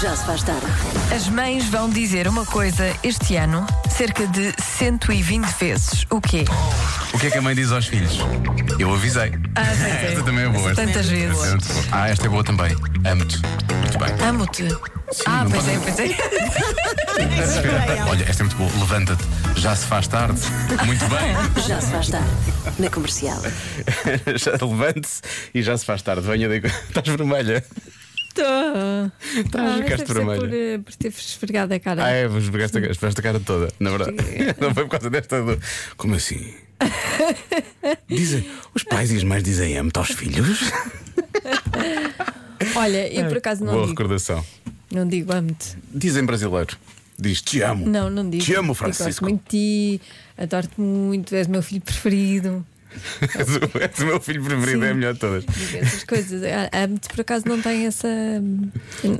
Já se faz tarde. As mães vão dizer uma coisa este ano cerca de 120 vezes. O quê? O que é que a mãe diz aos filhos? Eu avisei. Ah, pois é. Esta também é boa. Essa esta. tantas Esta é vezes. muito boa. Ah, esta é boa também. Amo-te. Muito bem. Amo-te. Ah, não pois pode- é, pois é. Ah, Olha, esta é muito boa. Levanta-te. Já se faz tarde. Muito bem. Já se faz tarde. Na comercial. já levante-se e já se faz tarde. Venha daí. Estás vermelha. Estou. Ah, Estás, ficaste Por, Tá vermelha. eh, por ter esfregado a cara. Ah, é, vos pegaste a esfregaste a cara toda, na verdade. Não foi por causa desta dor. Como assim? Dizem, os pais e as mães dizem amo-te aos filhos? Olha, eu por acaso não É. Boa digo. recordação. Não digo amo-te. Dizem brasileiro. Diz te amo. Não, não digo. Te amo, Eu Gosto Francisco. muito de ti, adoro-te muito, és o meu filho preferido. és, o, és o meu filho preferido, Sim. é a melhor de todas. Digo essas coisas. Ah, Amo-te por acaso não tem essa.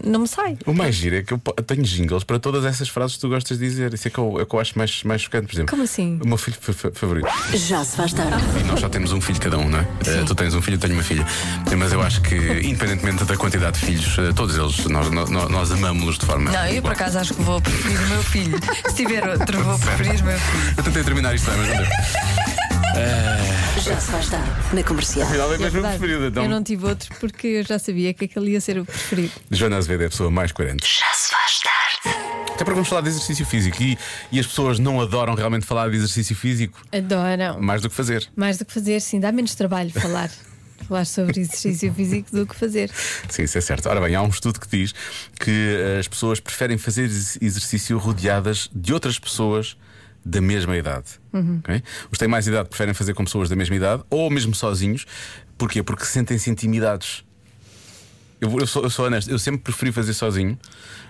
Não me sai. O mais giro é que eu po- eu tenho jingles para todas essas frases que tu gostas de dizer. Isso é que eu, é que eu acho mais, mais chocante, por exemplo. Como assim? O meu filho fa- fa- favorito. Já se faz tarde. Nós só temos um filho cada um, não é? Eh, tu tens um filho, eu tenho uma filha. Eh, Mas eu acho que, independentemente da quantidade de filhos, eh, todos eles, nós, nós, nós amamos-los de forma. Não, eu por igual. acaso acho que vou preferir o meu filho. Se tiver outro, vou preferir o meu filho. Eu tentei terminar é? isto, bem, mas não deu. É Já se faz tarde. Na comercial. Finalmente, É mas meu verdade. preferido, então. Eu não tive outro porque eu já sabia que aquele ia ser o preferido. Joana Azevedo é a pessoa mais coerente. Já se faz tarde. Até porque vamos falar de exercício físico e, e as pessoas não adoram realmente falar de exercício físico Adoram. mais do que fazer. Mais do que fazer, sim, dá menos trabalho falar. falar sobre exercício físico do que fazer. Sim, isso é certo. Ora bem, há um estudo que diz que eh, as pessoas preferem fazer ex- exercício rodeadas de outras pessoas da mesma idade. Uhum. ok? Os que têm mais idade preferem fazer com pessoas da mesma idade ou mesmo sozinhos. Porquê? Porque sentem-se intimidados. Eu, vou- eu sou, eu sou honesto, eu sempre preferi fazer sozinho,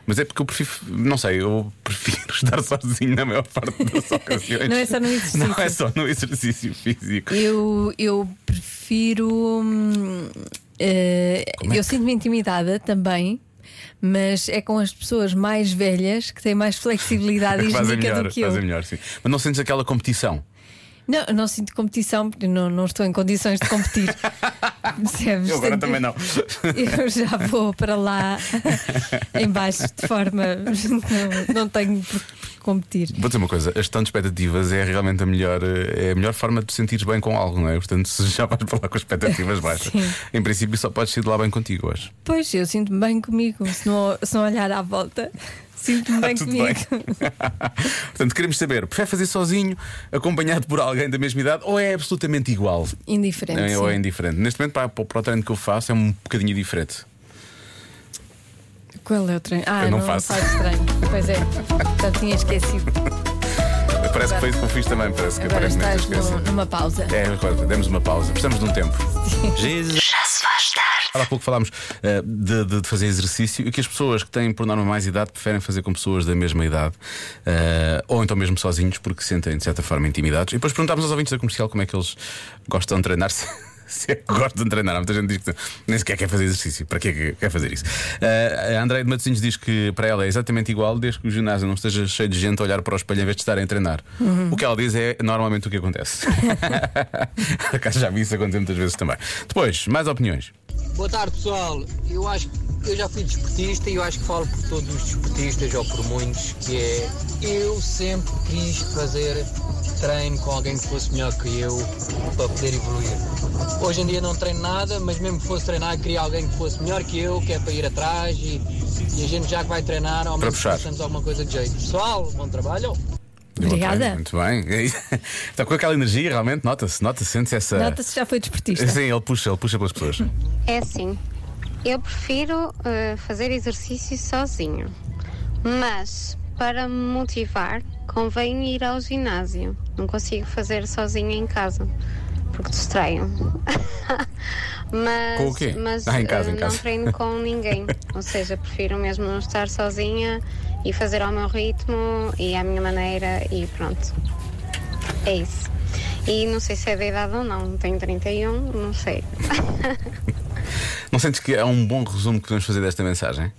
mas é porque eu prefiro, não sei, eu prefiro estar sozinho na maior parte das ocasiões. Não é só no exercício. Não é só no exercício físico. Eu, eu prefiro. hum, eh, é eu sinto-me intimidada também. Mas é com as pessoas mais velhas que têm mais flexibilidade Que fazem hídrica melhor, do que eu. fazem melhor, sim. Mas não sentes aquela competição. Não, eu não sinto competição, porque não, não estou em condições de competir. Percebes? Eu agora também não. Eu já vou para lá em baixo de forma. Não, não tenho por que competir. Vou dizer uma coisa, a gestão de expectativas é realmente a melhor, eh, é a melhor forma de te sentires bem com algo, não é? Portanto, se já vais para lá com expectativas baixas, Sim. em princípio só podes ir de lá bem contigo hoje. Pois, eu sinto-me bem comigo. Se não, se não olhar à volta, sinto-me bem Ah, Tudo comigo. Portanto, queremos saber, prefere fazer sozinho, acompanhado por alguém da mesma idade, ou é absolutamente igual? Indiferente. É, sim. ou é indiferente? Neste momento, para, para o treino que eu faço, é um bocadinho diferente. Qual é o treino? Ah, Eu não não faço. faz treino. Pois é, já tinha esquecido. Parece que foi isso que eu fiz também, parece que Agora aparentemente estás eu esqueci. num- numa pausa. É, agora demos uma pausa, precisamos de um tempo. Há pouco falámos eh, de, de- de fazer exercício e que as pessoas que têm por norma mais idade preferem fazer com pessoas da mesma idade eh, ou então mesmo sozinhos porque se sentem de certa forma intimidados. E depois perguntámos aos ouvintes da comercial como é que eles gostam de treinar. Se... Se é que gostam de treinar, Há muita gente diz que nem sequer quer fazer exercício. Para que é que quer fazer isso? Eh, a André de Matosinhos diz que para ela é exatamente igual desde que o ginásio não esteja cheio de gente a olhar para o espelho em vez de estarem a treinar. O que ela diz é normalmente o que acontece. Por acaso já vi isso acontecer muitas vezes também. Depois, mais opiniões. Boa tarde, pessoal. Eu acho que eu já fui desportista e eu acho que falo por todos os desportistas ou por muitos que é eu sempre quis fazer treino com alguém que fosse melhor que eu para poder evoluir. Hoje em dia não treino nada, mas mesmo que fosse treinar, queria alguém que fosse melhor que eu, que é para ir atrás e, e a gente já que vai treinar, ao menos puxar. façamos alguma coisa de jeito. Pessoal, bom trabalho. Obrigada. Muito bem. Está com aquela energia, realmente, nota-se, nota-se, sente-se essa. Nota-se que já foi desportista. Sim, ele puxa, ele puxa pelas pessoas. É assim, eu prefiro eh, fazer exercício sozinho, mas para me motivar convém ir ao ginásio. Não consigo fazer sozinha em casa, porque distraio. mas Com o quê? mas Ah, em casa, eh, em casa. não treino com ninguém. Ou seja, prefiro mesmo estar sozinha e fazer ao meu ritmo e à minha maneira e pronto. É isso. E não sei se é da idade ou não, tenho 31, não sei. Não sentes que é um bom resumo que podemos fazer desta mensagem?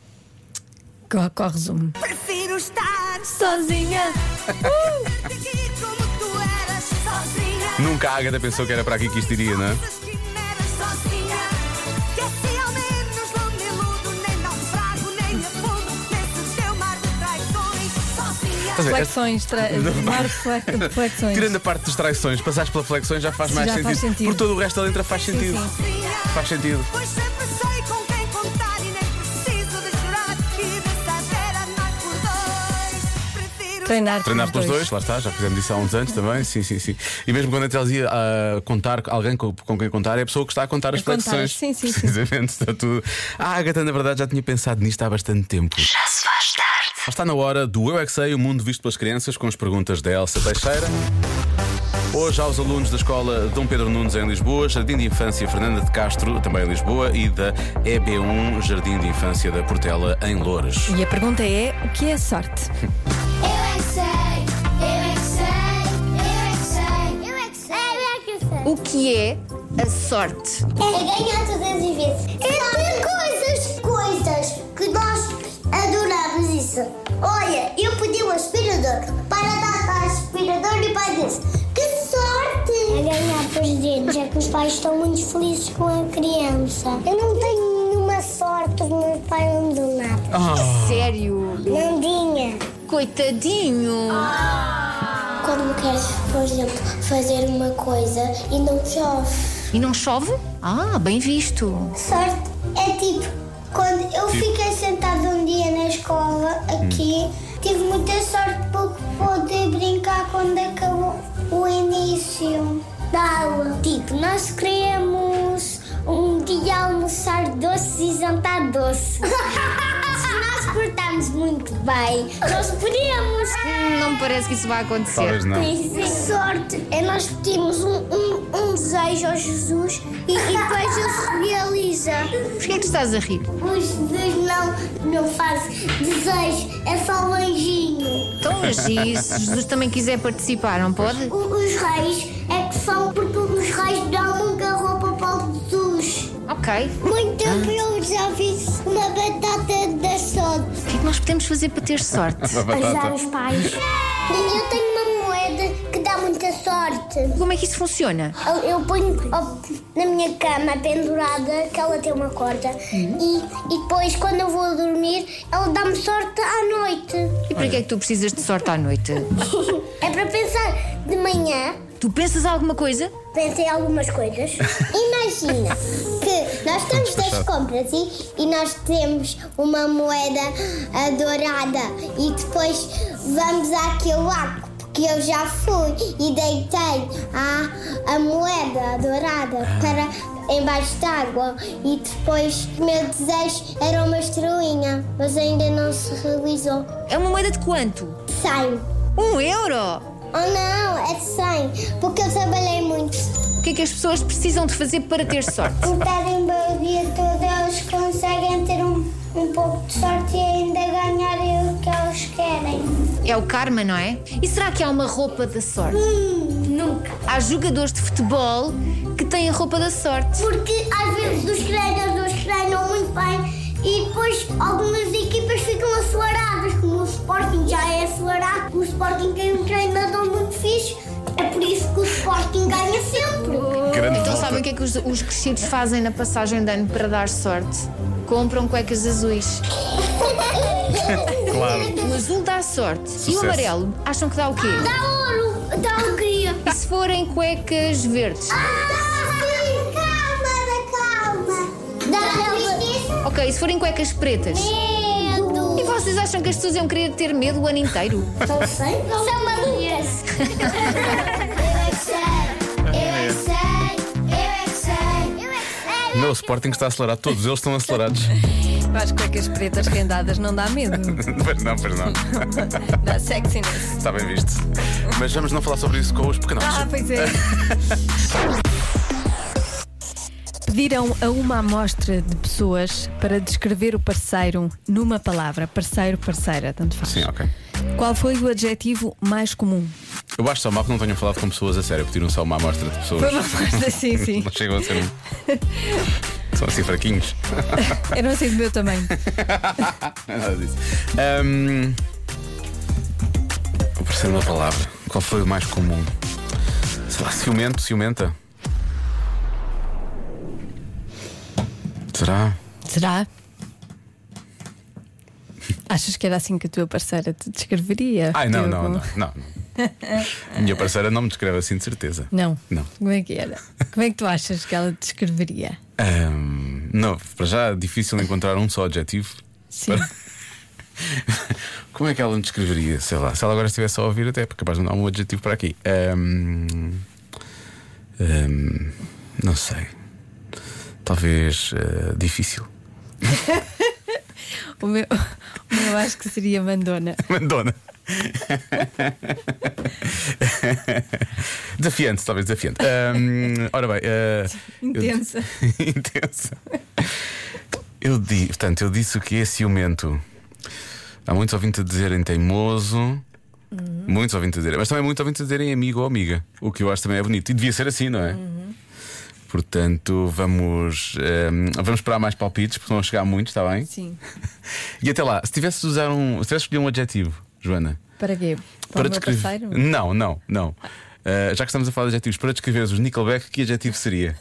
Co- Corres um. Prefiro estar Sozinha. Uh! aqui como tu eras sozinha. Nunca a Agatha pensou que era para aqui que isto iria, não é? Pensas que me eras sozinha. Que assim ao menos não me iludo, nem naufrago, nem afundo. Estás a ver? Flexões, tra... mar fle- flexões. Tirando a parte das traições, passares pela flexões já faz Sim, mais já sentido. faz sentido. Porque todo o resto da letra faz sentido. Faz sentido. Pois sempre sei com quem contar e nem preciso de jurar e de saber andar por dois. Prefiro Treinar, Treinar com pelos dois. lá está, já fizemos isso há uns anos também, sim, sim, sim. E mesmo quando a dizia a contar, alguém com, com quem contar, é a pessoa que está a contar as contar, flexões. sim, sim, sim. Precisamente, está tudo. A Agatha, na verdade, já tinha pensado nisto há bastante tempo. Já se faz tarde. Está na hora do Eu é Que Sei, o mundo visto pelas crianças, com as perguntas da Elsa Teixeira. Hoje aos alunos da escola Dom Pedro Nunes em Lisboa, Jardim de Infância Fernanda de Castro, também em Lisboa, e da EB1, Jardim de Infância da Portela, em Loures. E a pergunta é: o que é sorte? Eu é que sei, eu é que sei, eu é que sei, eu é que sei, eu é que sei. O que é a sorte? É ganhar todas as vezes. É ter coisas. Coisas que nós adoramos isso. Olha, eu pedi um aspirador para dar ao aspirador e pai disse: Que sorte! É ganhar presentes, é que os pais estão muito felizes com a criança. Eu não tenho nenhuma sorte, os meus pais não me dão nada. Sério? Não tinha. Coitadinho! Quando queres, por exemplo, fazer uma coisa e não chove. E não chove? Ah, bem visto! Sorte é tipo, quando eu fiquei sentada um dia na escola, aqui, tive muita sorte porque pude brincar quando acabou o início da aula. Tipo, nós queremos um dia almoçar doces e jantar doce. Se nós portarmos muito bem, nós podemos. Não me parece que isso vai acontecer. Talvez não. Que sorte é nós pedimos um, um- um desejo ao Jesus e, e depois ele se realiza. Porquê é que tu estás a rir? O Jesus não, não faz desejo, é só um anjinho. Então, mas e se Jesus também quiser participar, não pode? O- os reis é que são porque os reis dão nunca roupa para o Jesus. Ok. Muito tempo eu já fiz uma batata da sorte. O que é que nós podemos fazer para ter sorte? Ajudar os pais. Eu tenho uma moeda que dá muita sorte. Como é que isso funciona? Eu, eu ponho ó, na minha cama pendurada, que ela tem uma corda, e, e depois quando eu vou dormir, ela dá-me sorte à noite. E para que é que tu precisas de sorte à noite? é para pensar de manhã, Tu pensas alguma coisa? pensei algumas coisas. Imagina que nós estamos das compras e, e nós temos uma moeda ah, dourada e depois vamos àquele arco. porque eu já fui e deitei a, a moeda dourada para embaixo d'água e depois o meu desejo era uma estrelinha, mas ainda não se realizou. É uma moeda de quanto? Sai. Um euro? Oh não, é 100, porque eu trabalhei muito. O que é que as pessoas precisam de fazer para ter sorte? Se pedem o dia todo, eles conseguem ter um, um pouco de sorte e ainda ganharem o que eles querem. É o karma, não é? E será que há uma roupa da sorte? nunca. Há jogadores de futebol que têm a roupa da sorte. Porque às vezes os treinadores treinam muito bem e depois algumas equipas ficam assoaradas, como o Sporting já é assoarado. O Sporting tem um treinador muito fixe, é por isso que o Sporting ganha sempre. Grande Então volta. sabem o que é que os, os crescidos fazem na passagem de ano para dar sorte? Compram cuecas azuis. Claro. O azul dá sorte. E o Sucesso. amarelo? Acham que dá o quê? Dá ouro, dá alegria. E se forem cuecas verdes? Ok, e se forem cuecas pretas? E vocês acham que as pessoas iam querer ter medo o ano inteiro? São malucas. Meu, o Sporting está acelerado, todos eles estão acelerados. Eu acho que cuecas pretas rendadas não dá medo. pois não, pois não. Dá sexiness. Está bem visto. Mas vamos não falar sobre isso com os pequenos. Ah, pois é. Pediram a uma amostra de pessoas para descrever o parceiro numa palavra. Parceiro, parceira, tanto faz. Sim, ok. Qual foi o adjetivo mais comum? Eu acho só mal que não tenham falado com pessoas a sério, pediram só uma amostra de Foi pessoas. uma amostra, sim, sim. Não chegam a ser um. São assim fraquinhos. Eu não sei do meu tamanho. Não é nada disso. Ahm, Vou parecer uma palavra. Qual foi o mais comum? Sei lá, ciumento, ciumenta. Será? Será? Achas que era assim que a tua parceira te descreveria? Ai, não, Diogo? não, não, não. não. Minha parceira não me descreve assim de certeza. Não. Não. Como é que era? Como é que tu achas que ela te descreveria? Ahm, não, para já é difícil encontrar um só adjetivo. Sim. Como é que ela me descreveria? Sei lá, se ela agora estivesse a ouvir, até porque capaz de me dar um adjetivo para aqui. Ahm, ahm, não sei. Talvez eh, difícil. O meu, o meu acho que seria Mandona. Mandona. desafiante, talvez desafiante. Ahm, ora bem, eh, eu- Intensa. intensa. Eu di, portanto, eu disse o que é ciumento. Há muitos ouvintes a dizerem teimoso. Muitos ouvintes a dizerem, mas também muitos ouvintes a dizerem amigo ou amiga, o que eu acho também é bonito. E devia ser assim, não é? Portanto, vamos, ehm, vamos esperar mais palpites, porque vão chegar muitos, está bem? Sim. E até lá, se tivesse de usar um. Se tivesse de escolher um adjetivo, Joana, Para quê? Para, o meu parceiro? Não, não, não. Ah, já que estamos a falar de adjetivos, para descrever os Nickelback, que adjetivo seria?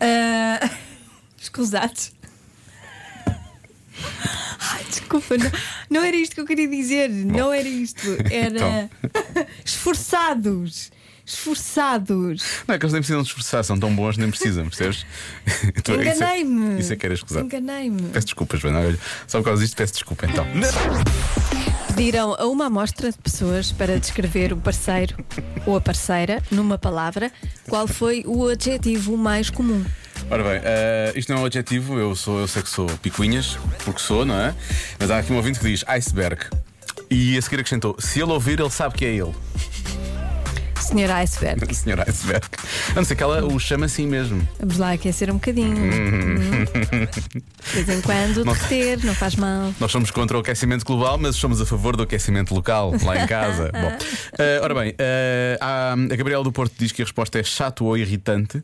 Ah, Escusados. Ai, desculpa, não, não era isto que eu queria dizer. Não era isto. Então. Era. Esforçados. Esforçados. Não é que eles nem precisam de esforçar, são tão bons, nem precisam, percebes? Então, isso é- Enganei-me. Isso é que era escusado. Enganei-me. Peço desculpas, Joana. Olha, só por causa disto, peço desculpa então. Pediram a uma amostra de pessoas para descrever o parceiro ou a parceira, numa palavra, qual foi o adjetivo mais comum. Ora bem, ah, isto não é um adjetivo, eu, sou, eu sei que sou picuinhas, porque sou, não é? Mas há aqui um ouvinte que diz iceberg. E a seguir acrescentou: se ele ouvir, ele sabe que é ele. Senhora Iceberg, Senhora iceberg. A não ser que ela o chama assim mesmo. vamos lá aquecer um bocadinho. Hum. De vez em quando, derreter, não faz mal. Nós somos contra o aquecimento global, mas somos a favor do aquecimento local, lá em casa. Bom, eh, ora bem, eh, há- a Gabriela do Porto diz que a resposta é chato ou irritante.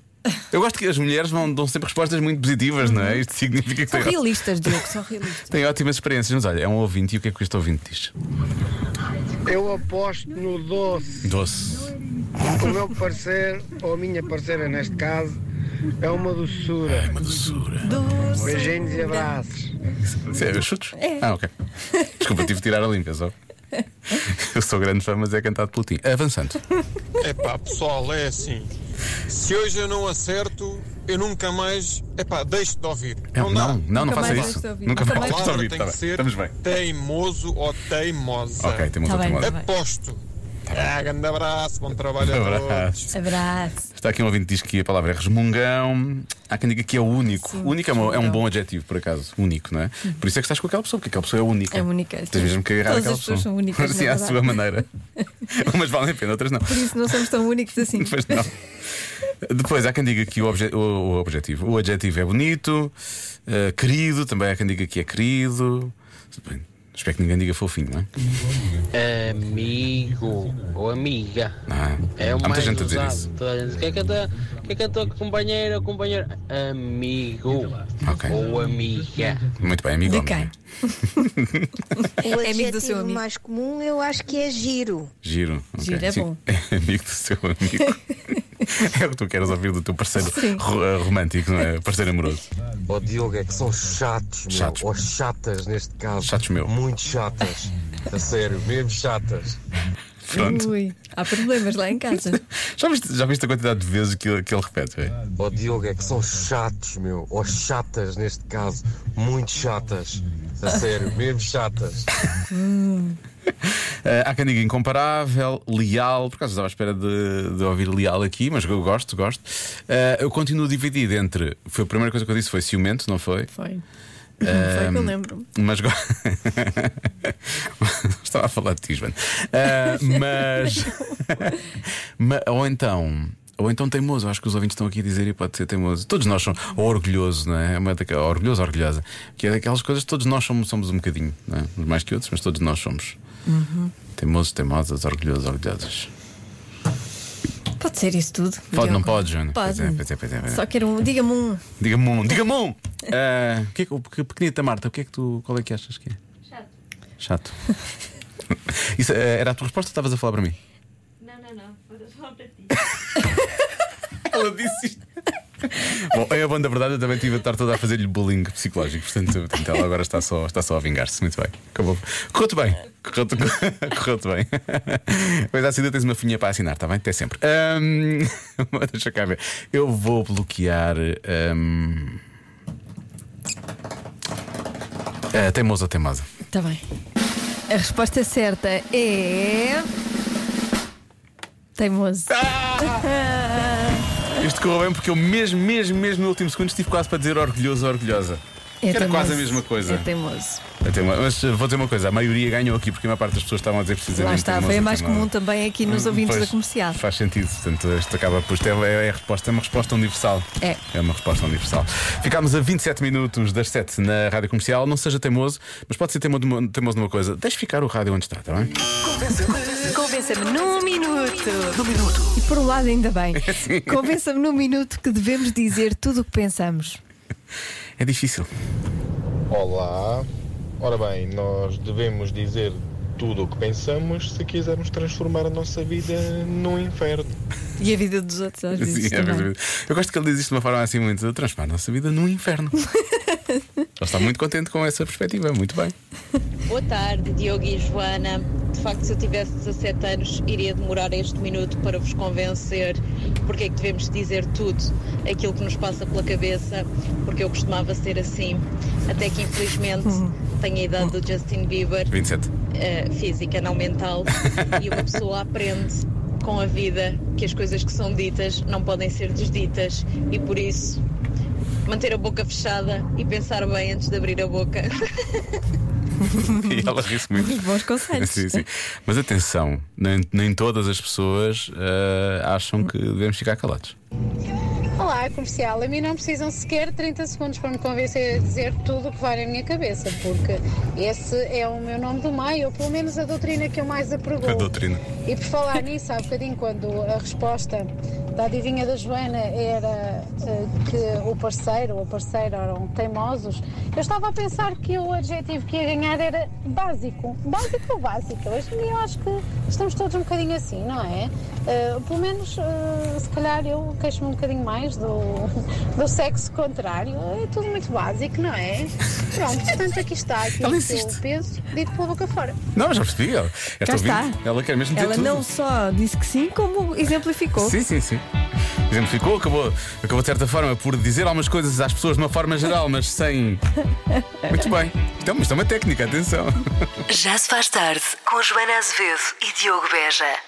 Eu gosto que as mulheres vão, dão sempre respostas muito positivas, não Uhum. é? Isto significa que São têm, realistas, Diogo, são realistas. têm ótimas experiências. Mas olha, é um ouvinte e o que é que este ouvinte diz? Eu aposto no doce. Doce. O meu parecer, ou a minha parceira neste caso, é uma doçura. Uma doçura. Beijinhos e abraços. Isso é, Chutos? Ah, ok. Desculpa, tive de tirar a limpa só. Eu sou grande fã, mas é cantado pelo Tim. Avançando. É pá, pessoal, é assim. Se hoje eu não acerto, eu nunca mais. É pá, deixo de ouvir. Não, dá. É, um não, não, Nunca faça mais isso. gosto de ouvir. Nunca Nunca A mais mais gosto palavra de ouvir. tem Tá que bem, ser Estamos bem. teimoso ou teimosa. Ok, temos Tá outra bem, moda. tá bem. Aposto. Ah, grande abraço, bom trabalho a Abraço. todos. Abraço. Está aqui um ouvinte que diz que a palavra é resmungão. Há quem diga que é único. Sim, único é, uma- é um resmungão. Uhum. bom adjetivo, por acaso. Único, não é? Por isso é que estás com aquela pessoa, porque aquela pessoa é única. É única, Tens sim. mesmo que agarrar Todas aquela as pessoas pessoa. são únicas, Sim, na à verdade. sua maneira. Umas valem a pena, outras não. Por isso não somos tão únicos assim. Mas não. Depois há quem diga que o, obje- o, o objetivo, o adjetivo é bonito, eh, querido, também há quem diga que é querido. Bem, espero que ninguém diga fofinho, não é? Amigo ou amiga. Ah, É o há muita mais gente a dizer usado. isso. Toda a gente, O que é que a tua, o que é que a tua companheira ou companheiro? Amigo Ok. ou amiga. Muito bem, amigo. De homem, quem? O É amigo do seu adjetivo amigo. mais comum eu acho que é giro. Giro. ok. Giro é Sim. bom. É amigo do seu amigo. é o que tu queres ouvir do teu parceiro Sim. ro- eh, romântico, não é? Parceiro amoroso. Ó Diogo, é que são chatos, meu. Chatos. Ou chatas neste caso. Chatos, meu. Muito chatas. A sério, mesmo chatas. Pronto. Ui, há problemas lá em casa. Já viste, já viste a quantidade de vezes que, ele- que ele repete? véi? Ó Diogo, é que são chatos, meu. Ou chatas neste caso. Muito chatas. A sério, mesmo chatas. Eh, há quem diga incomparável, leal, por acaso estava à espera de, de ouvir leal aqui, mas eu gosto, gosto. Eh, eu continuo dividido entre. Foi a primeira coisa que eu disse foi ciumento, não foi? Foi. Não foi que eu lembro. Mas go- Estava a falar de ti, Joana. Ah, mas... Ma- Ou então. Ou então teimoso, acho que os ouvintes estão aqui a dizer e pode ser teimoso. Todos nós somos. Ou orgulhoso, não é? É Uma daquela, orgulhoso, orgulhosa. Que é daquelas coisas que todos nós somos, somos um bocadinho, não é? Uns mais que outros, mas todos nós somos. Teimosos, teimosas, orgulhosos, orgulhosas. Pode ser isso tudo. Pode, não Diogo. pode, Joana? Pode. Pois é, pois é, pois é, pois é. Só quero um. Diga-me um. Diga-me um, diga-me um! Ah, o que é que, o que- pequenita Marta, o que é que tu, qual é que achas que é? Chato. Chato. Isso, eh, era a tua resposta ou estavas a falar para mim? Não, não, não. Ela disse isto. Bom, é a bom da verdade, eu também tive a estar toda a fazer-lhe bullying psicológico, portanto, portanto, ela agora está só, está só a vingar-se. Muito bem. Acabou. Correu-te bem. Correu-te correu bem. Pois assim, tens uma folhinha para assinar, está bem? Até sempre. Hum, deixa cá ver. Eu vou bloquear. Hum, a teimosa, a É, teimosa. Está Tá bem. A resposta certa é. Teimoso. Ah! Isto correu bem porque eu mesmo, mesmo, mesmo no último segundo estive quase para dizer orgulhoso ou orgulhosa. É Era teimoso. quase a mesma coisa. É teimoso. É teimoso. Mas uh, vou dizer uma coisa, a maioria ganhou aqui porque a maior parte das pessoas estavam a dizer precisamente. Lá está, teimoso foi a ou mais teimosa. comum também aqui nos Hum, ouvintes pois, da comercial. Faz sentido, portanto, isto acaba por. Isto é, é a resposta, é uma resposta universal. É. É uma resposta universal. Ficámos a 27 minutos das 7 na rádio comercial. Não seja teimoso, mas pode ser teimo- teimoso numa coisa. Deixe ficar o rádio onde está, está bem? Convença-me num minuto. E por um lado, ainda bem. É assim. Convença-me num minuto que devemos dizer tudo o que pensamos. É difícil. Olá. Ora bem, nós devemos dizer tudo o que pensamos se quisermos transformar a nossa vida num inferno. E a vida dos outros às vezes. Sim, é também. verdade. Eu gosto que ele diz isto de uma forma assim muito. Transforma a nossa vida num inferno. ele está muito contente com essa perspectiva, muito bem. Boa tarde, Diogo e Joana. De facto, se eu tivesse 17 anos, iria demorar este minuto para vos convencer porque é que devemos dizer tudo aquilo que nos passa pela cabeça, porque eu costumava ser assim. Até que, infelizmente, tenho a idade do Justin Bieber. 27. eh, física, não mental. e uma pessoa aprende com a vida que as coisas que são ditas não podem ser desditas. E por isso, manter a boca fechada e pensar bem antes de abrir a boca. e ela ri-se muito. Os bons conselhos. Sim, sim. Mas atenção, nem, nem todas as pessoas eh, acham que devemos ficar calados. Olá, é comercial. A mim não precisam sequer 30 segundos para me convencer a dizer tudo o que vai na minha cabeça, porque esse é o meu nome do meio, ou pelo menos a doutrina que eu mais apregou. A doutrina. E por falar nisso, há bocadinho, quando a resposta da adivinha da Joana era eh, que o parceiro ou a parceira eram teimosos, eu estava a pensar que o adjetivo que ia ganhar era básico. Básico ou básica? Hoje em dia eu acho que estamos todos um bocadinho assim, não é? Eh, pelo menos, eh, se calhar, eu queixo-me um bocadinho mais do, do sexo contrário. É tudo muito básico, não é? Pronto, portanto, aqui está aquilo que eu penso, dito pela boca fora. Não, já percebi. Ela, esta Cá está. ouvinte, ela quer mesmo dizer Ela tudo. não só disse que sim, como exemplificou. Sim, sim, sim. Exemplificou, acabou, acabou de certa forma por dizer algumas coisas às pessoas de uma forma geral, mas sem. Muito bem. Então, mas isto é uma técnica, atenção. Já se faz tarde com Joana Azevedo e Diogo Beja.